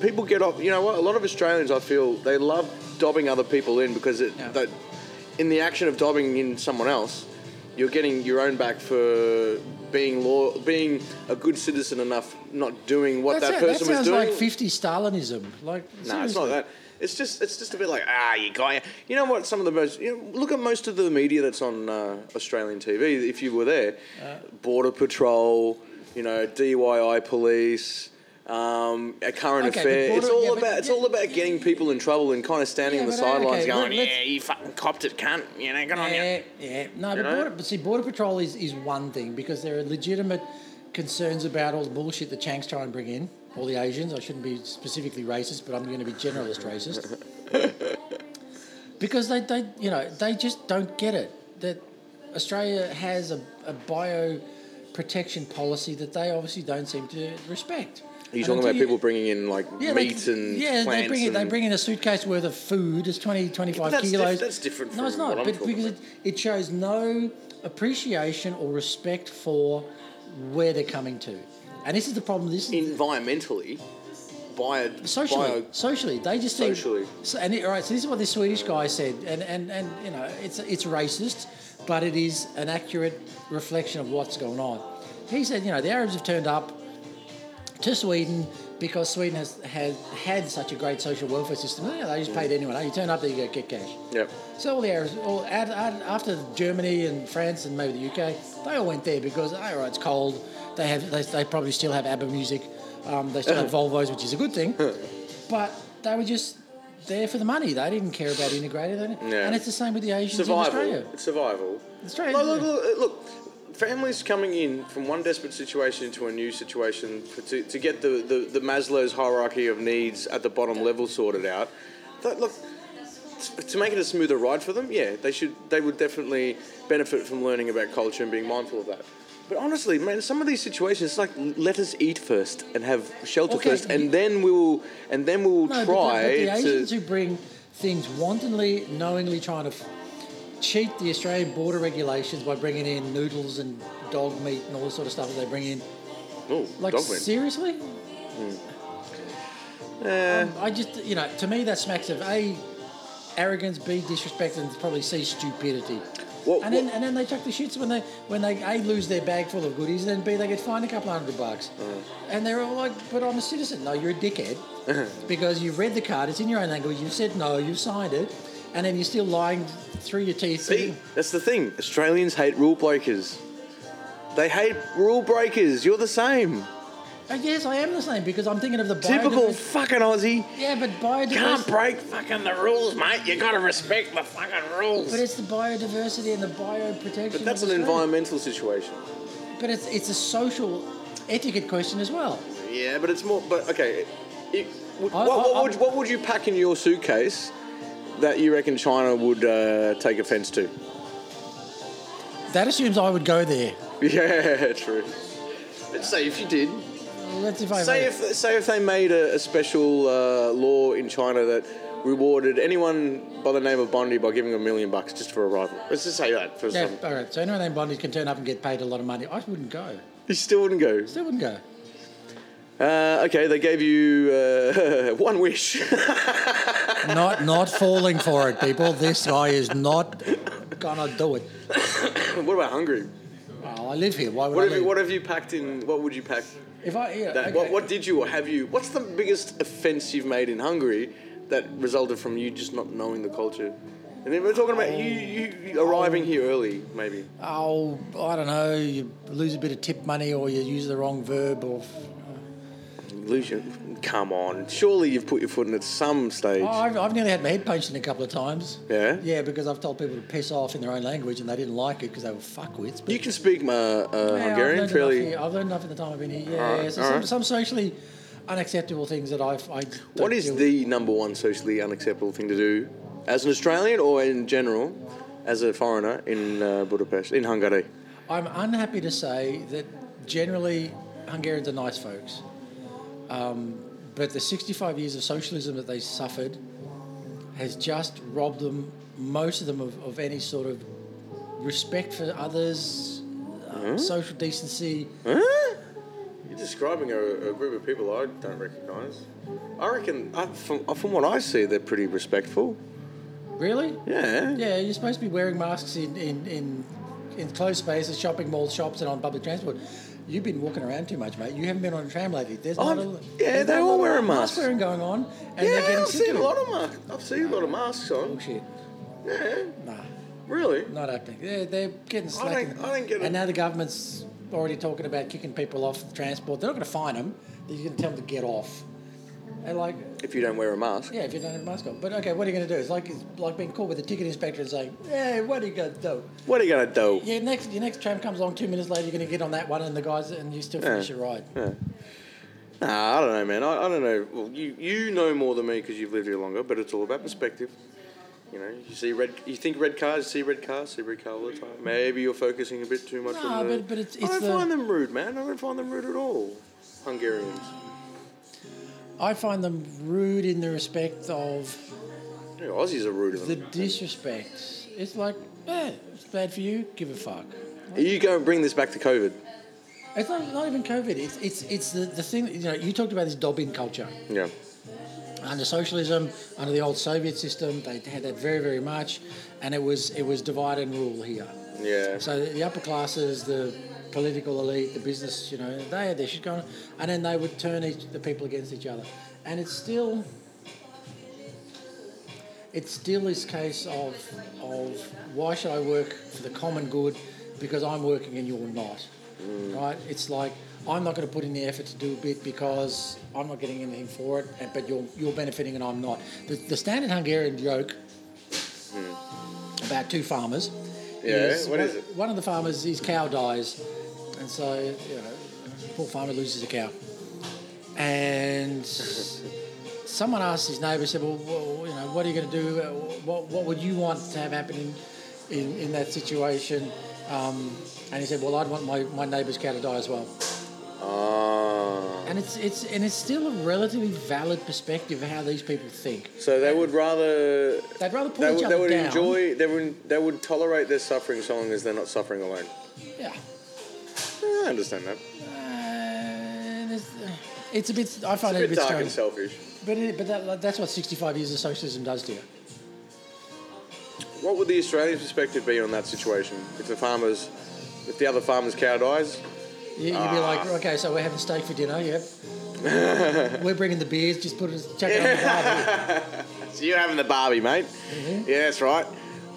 C: people get off. You know what? A lot of Australians, I feel, they love dobbing other people in because it
B: Yeah.
C: that in the action of dobbing in someone else, you're getting your own back for being law, being a good citizen enough, not doing what
B: That's
C: that
B: it.
C: person
B: that
C: was
B: sounds
C: doing.
B: like 50 Stalinism. Like,
C: No, it's not
B: seriously.
C: that. It's just it's just a bit like ah, you got it. You know what? Some of the most you know, look at most of the media that's on uh, Australian TV. If you were there,
B: Uh.
C: border patrol, you know, DIY police. Um, a current
B: Okay, but
C: affair.
B: border-
C: it's all
B: yeah, but-
C: about it's all about getting people in trouble and kind of standing
B: Yeah,
C: on the
B: but, uh, okay,
C: sidelines, going,
B: let- let's-
C: "Yeah, you fucking copped it, cunt." You know, good on you.
B: Yeah, yeah. No, but,
C: know?
B: border, but see, Border Patrol is, is one thing because there are legitimate concerns about all the bullshit the Changs try and bring in, all the Asians. I shouldn't be specifically racist, but I'm going to be generalist racist. because they, they, you know, they just don't get it that Australia has a, a bio protection policy that they obviously don't seem to respect.
C: Are you
B: And
C: talking about
B: until you-
C: people bringing in like
B: yeah, they-
C: meat and
B: yeah,
C: plants
B: they bring it.
C: and
B: They bring in a suitcase worth of food. It's 20, 25
C: that's diff-
B: kilos.
C: that's different
B: No, it's
C: from what
B: not.
C: I'm
B: But
C: talking
B: because it,
C: about.
B: it shows no appreciation or respect for where they're coming to, and this is the problem. This is
C: environmentally, bio,
B: socially,
C: bio
B: socially, they just think.
C: Socially.
B: So, and it, all right, so this is what this Swedish guy said, and and and you know, it's it's racist, but it is an accurate reflection of what's going on. He said, you know, the Arabs have turned up to Sweden because Sweden has had had such a great social welfare system. You know, they just paid anyone. You turn up there, you go get cash.
C: Yep.
B: So all the Arabs, all, ad, ad, after Germany and France and maybe the UK, they all went there because, all right, it's cold. They have, they, they probably still have ABBA music. Um, they still have
C: Uh-huh.
B: Volvos, which is a good thing. but they were just there for the money. They didn't care about integrated. They didn't-
C: Yeah.
B: And it's the same with the Asians in Australia.
C: survival. It's survival.
B: Australia,
C: Look, look, look, look, families coming in from one desperate situation to a new situation for, to, to get the, the, the Maslow's hierarchy of needs at the bottom level sorted out. That, look, t- to make it a smoother ride for them, yeah, they should. They would definitely benefit from learning about culture and being mindful of that. But honestly, man, some of these situations, it's like let us eat first and have shelter
B: Okay,
C: first,
B: you-
C: and then we will, and then we will
B: No, but the-
C: try
B: but the, Asians
C: to.
B: who bring things wantonly, knowingly trying to f- cheat the Australian border regulations by bringing in noodles and dog meat and all this sort of stuff that they bring in.
C: Oh,
B: Like,
C: dog went.
B: seriously?
C: Hmm.
B: Um,
C: Eh,
B: I just, you know, to me that smacks of A, arrogance, B, disrespect, and probably C, stupidity.
C: What-
B: and, then,
C: what-
B: and then they chuck the shits when they when they A lose their bag full of goodies, and then B they get fined a couple hundred bucks,
C: Hmm.
B: and they're all like, "But I'm a citizen." No, you're a dickhead because you've read the card. It's in your own language. You've said no. You've signed it, and then you're still lying through your teeth.
C: See, that's the thing. Australians hate rule breakers. They hate rule breakers. You're the same.
B: Oh, yes, I am the same because I'm thinking of the
C: Typical
B: biodiversity-
C: fucking Aussie.
B: yeah, but biodiversity.
C: Can't break fucking the rules, mate. You gotta respect the fucking
B: but
C: rules.
B: it's the biodiversity and the bioprotection.
C: But that's
B: of
C: an
B: Australia.
C: environmental situation.
B: But it's it's a social etiquette question as well.
C: Yeah, but it's more. But okay, it, would,
B: I-
C: what,
B: I-
C: what, would,
B: I'm-
C: what would you pack in your suitcase that you reckon China would uh, take offence to?
B: That assumes I would go there.
C: Yeah, true. Let's say if you did,
B: Let's if I
C: Say if say if they made a, a special uh, law in China that rewarded anyone by the name of Bondi by giving a million bucks just for arrival. Let's just say that for
B: yeah,
C: some.
B: all right. So anyone named Bondi can turn up and get paid a lot of money. I wouldn't go.
C: You still wouldn't go.
B: Still wouldn't go.
C: Uh, okay, they gave you uh, one wish.
B: Not not falling for it, people. This guy is not gonna do it.
C: what about Hungary?
B: Well, I live here. Why would
C: What
B: I?
C: have, you,
B: leave?
C: what have you packed in? What would you pack?
B: if I yeah,
C: That,
B: okay.
C: what, what did you or have you? What's the biggest offence you've made in Hungary that resulted from you just not knowing the culture? And then we're talking about you, you you arriving here early, maybe.
B: Oh, I don't know. You lose a bit of tip money, or you use the wrong verb, or
C: Lose your, come on. Surely you've put your foot in at some stage.
B: oh, I've, I've nearly had my head punched in a couple of times.
C: Yeah?
B: Yeah, because I've told people to piss off in their own language, and they didn't like it because they were fuckwits. But
C: you can speak my uh,
B: Yeah, I've
C: Hungarian
B: learned
C: fairly.
B: enough here. I've learned enough in the time I've been here. Yeah,
C: Alright,
B: yeah. So some,
C: alright.
B: some socially, unacceptable things that I've. I don't
C: What is
B: do.
C: the number one socially unacceptable thing to do as an Australian or in general as a foreigner in uh, Budapest, in Hungary?
B: I'm unhappy to say that generally Hungarians are nice folks. Um, but the 65 years of socialism that they suffered has just robbed them, most of them, of, of any sort of respect for others, uh,
C: Hmm?
B: social decency.
C: You're describing a, a group of people I don't recognise. I reckon, uh, from, uh, from what I see, they're pretty respectful.
B: Really?
C: Yeah.
B: Yeah, you're supposed to be wearing masks in, in, in, in closed spaces, shopping malls, shops, and on public transport. You've been walking around too much, mate. You haven't been on a tram lately. There's not
C: I've-
B: a,
C: yeah,
B: there's
C: they're
B: not a
C: all
B: lot of
C: wearing
B: mask
C: masks.
B: wearing going on, and they're
C: Yeah,
B: getting
C: I've
B: sick
C: seen
B: of
C: a
B: it.
C: lot of masks. I've seen a lot of masks on.
B: Bullshit.
C: Yeah,
B: Oh, Nah,
C: really.
B: not happening. They're, they're getting slack.
C: I don't get it.
B: And now the government's already talking about kicking people off transport. They're not going to fine them. They're going to tell them to get off. And like,
C: If you don't wear a mask,
B: yeah, if you don't have a mask on. But okay, what are you going to do? It's like it's like being caught with a ticket inspector and saying, "Hey, what are you going to do?"
C: what are you gonna do?
B: Yeah, next your next tram comes along two minutes later. You're going to get on that one, and the guys and you still finish your ride.
C: Nah, I don't know, man. I, I don't know. Well, you you know more than me because you've lived here longer, but it's all about perspective. You know, you see red, you think red cars, you see red cars, see red car all the time. Maybe you're focusing a bit too much
B: No,
C: on the.
B: but- but it's-
C: I
B: it's
C: don't
B: the-
C: find them rude, man. I don't find them rude at all. Hungarians.
B: I find them rude in the respect of
C: Yeah, Aussies are rude.
B: the
C: The...
B: disrespect. It's like, eh, it's bad for you. Give a fuck.
C: Are you going to bring this back to COVID?
B: It's not, not even COVID. It's it's it's the, the thing. You know, you talked about this Dobbin culture
C: Yeah.
B: under socialism, under the old Soviet system. They had that very very much, and it was it was divide and rule here.
C: Yeah.
B: So the- the upper classes, the political elite, the business, you know, they had their shit going, on, and then they would turn each, the people against each other, and it's still, it still is case of of why should I work for the common good because I'm working and you're not,
C: Mm.
B: right? It's like I'm not going to put in the effort to do a bit because I'm not getting anything for it, and- but you're you're benefiting and I'm not. The, the standard Hungarian joke about two farmers.
C: Hmm. Yeah, what
B: one,
C: is it?
B: One of the farmers, his cow dies, and so you know, poor farmer loses a cow. And someone asked his neighbour, said, "Well, well you know, what are you going to do? Uh, What, what would you want to have happen in, in, in that situation?" Um, and he said, "Well, I'd want my, my neighbour's cow to die as well."
C: Ah.
B: And it's it's and it's still a relatively valid perspective of how these people think.
C: So they would rather.
B: They'd rather pull
C: They
B: each
C: would,
B: other
C: they would
B: down.
C: enjoy. They would. They would tolerate their suffering so long as they're not suffering alone.
B: Yeah.
C: Yeah, I understand that.
B: Uh, it's, it's a bit. I find
C: It's a
B: it
C: bit dark
B: strange.
C: and selfish.
B: But it, but that, that's what 65 years of socialism does to you.
C: What would the Australian perspective be on that situation? If the farmers, if the other farmer's cow dies,
B: you you'd be like,
C: Ah.
B: okay, so we're having steak for dinner, yep. we're bringing the beers, just put it, chuck it on the barbie.
C: so you're having the barbie, mate. Yeah, that's right.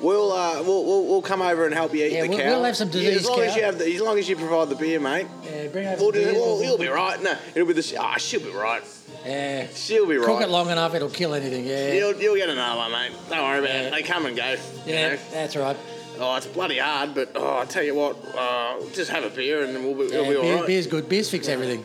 C: We'll, uh, we'll, we'll we'll come over and help you eat
B: Yeah,
C: the
B: we'll-
C: cow.
B: we'll have some
C: Yeah, as
B: diseased
C: long as
B: cow.
C: you have the, as long as you provide the beer, mate.
B: Yeah, bring over
C: We'll
B: some
C: do,
B: beers.
C: we'll, you'll be right. No, it'll be the. sh- Ah, she'll be right.
B: Yeah.
C: She'll be
B: Cook it
C: right.
B: long enough, it'll kill anything, yeah.
C: You'll, you'll get another one, mate. Don't worry about
B: Yeah.
C: it. They come and go.
B: Yeah,
C: You know?
B: that's right.
C: Oh, it's bloody hard, but oh, I tell you what, uh, just have a beer and we'll be,
B: Yeah,
C: it'll be
B: beer-
C: all right.
B: Beer's good. Beers fix everything.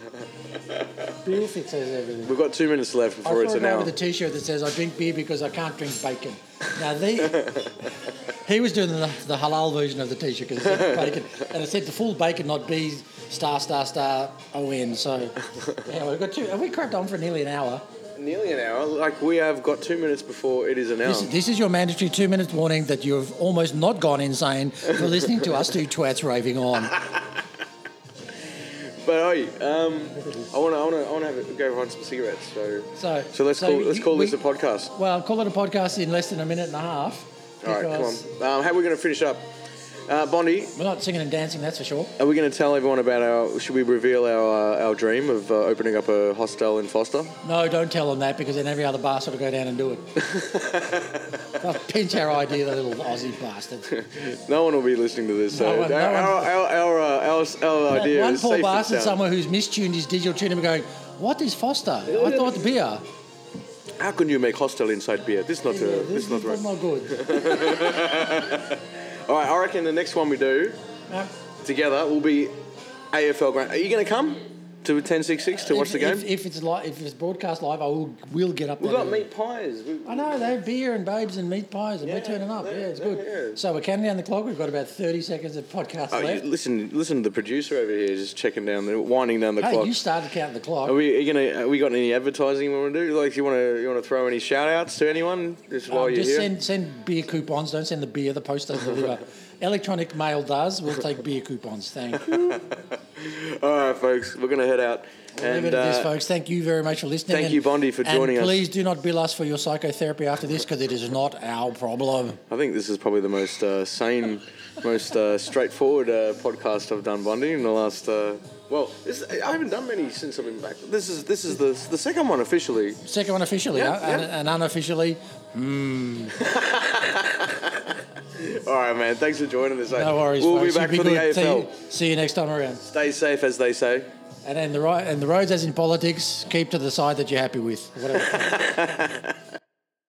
B: beer fixes everything.
C: We've got two minutes left
B: I
C: before
B: saw
C: it's
B: a
C: an
B: guy
C: hour.
B: with a T-shirt that says "I drink beer because I can't drink bacon." Now the he was doing the, the halal version of the T-shirt because it said bacon, and it said the full bacon, not B star star star O N. So yeah, we've got two. Have we crapped on for nearly an hour?
C: Nearly an hour. Like we have got two minutes before it is an hour.
B: This, this is your mandatory two-minute warning that you've almost not gone insane for listening to us two twats raving on.
C: but hey, um, I want to, I want to, I want to have a, go find some cigarettes. So,
B: So
C: so let's
B: so
C: call, let's
B: you-
C: call this
B: we-
C: a podcast.
B: Well, call it a podcast in less than a minute and a half.
C: All right,
B: because
C: come on. Um, how are we going to finish up? Uh, Bondi,
B: We're not singing and dancing, that's for sure.
C: are we going to tell everyone about our? Should we reveal our uh, our dream of uh, opening up a hostel in Foster?
B: No, don't tell them that because then every other bastard will go down and do it. They'll pinch our idea, the little Aussie bastards.
C: No one will be listening to this. So
B: No one- no
C: our,
B: one-
C: our, our, our, uh, our, our idea
B: One
C: is
B: poor
C: safe and
B: bastard
C: sound.
B: somewhere who's mistuned his digital tuner and going, What is Foster? I thought beer.
C: How can you make hostel inside beer? This is not a, this
B: This
C: is not
B: is
C: right.
B: not good.
C: All right, I reckon the next one we do
B: No,
C: together will be AFL Grand. Are you going to come to to ten six six to watch
B: if,
C: the game.
B: If, if it's live, if it's broadcast live, I will will get up
C: We've
B: there.
C: got meat pies. We-
B: I know they have beer and babes and meat pies, and we're
C: Yeah,
B: turning up. Yeah,
C: yeah,
B: it's
C: yeah,
B: good.
C: yeah.
B: So we're counting down the clock. We've got about thirty seconds of podcast
C: Oh, you,
B: left.
C: listen, listen to the producer over here, just checking down, the, winding down the
B: hey,
C: clock.
B: you started counting the clock.
C: Are we are you gonna? Are we got any advertising we want to do? Like, you want to? You want to throw any shout outs to anyone? Just while
B: Um,
C: you're
B: just
C: here.
B: send send beer coupons. Don't send the beer. The post doesn't deliver. Electronic mail does. We'll take beer coupons. Thank you.
C: All right, folks, we're gonna head out.
B: Leave
C: and
B: it at this,
C: uh,
B: folks. Thank you very much for listening.
C: thank you, Bondi, for
B: and
C: joining us.
B: Please do not bill us for your psychotherapy after this because it is not our problem.
C: I think this is probably the most uh, sane, most uh, straightforward uh, podcast I've done, Bondi, in the last. Uh, well, this, I haven't done many since I've been back. This is this is the the second one officially.
B: Second one officially,
C: Yeah,
B: huh? And,
C: yeah.
B: and unofficially,
C: All right, man. Thanks for joining us. eh?
B: no worries.
C: We'll
B: folks.
C: be back
B: You'll
C: for the
B: good. See you-
C: AFL.
B: see you next time around.
C: Stay safe, as they say.
B: And then the right and the roads, as in politics, keep to the side that you're happy with. Whatever.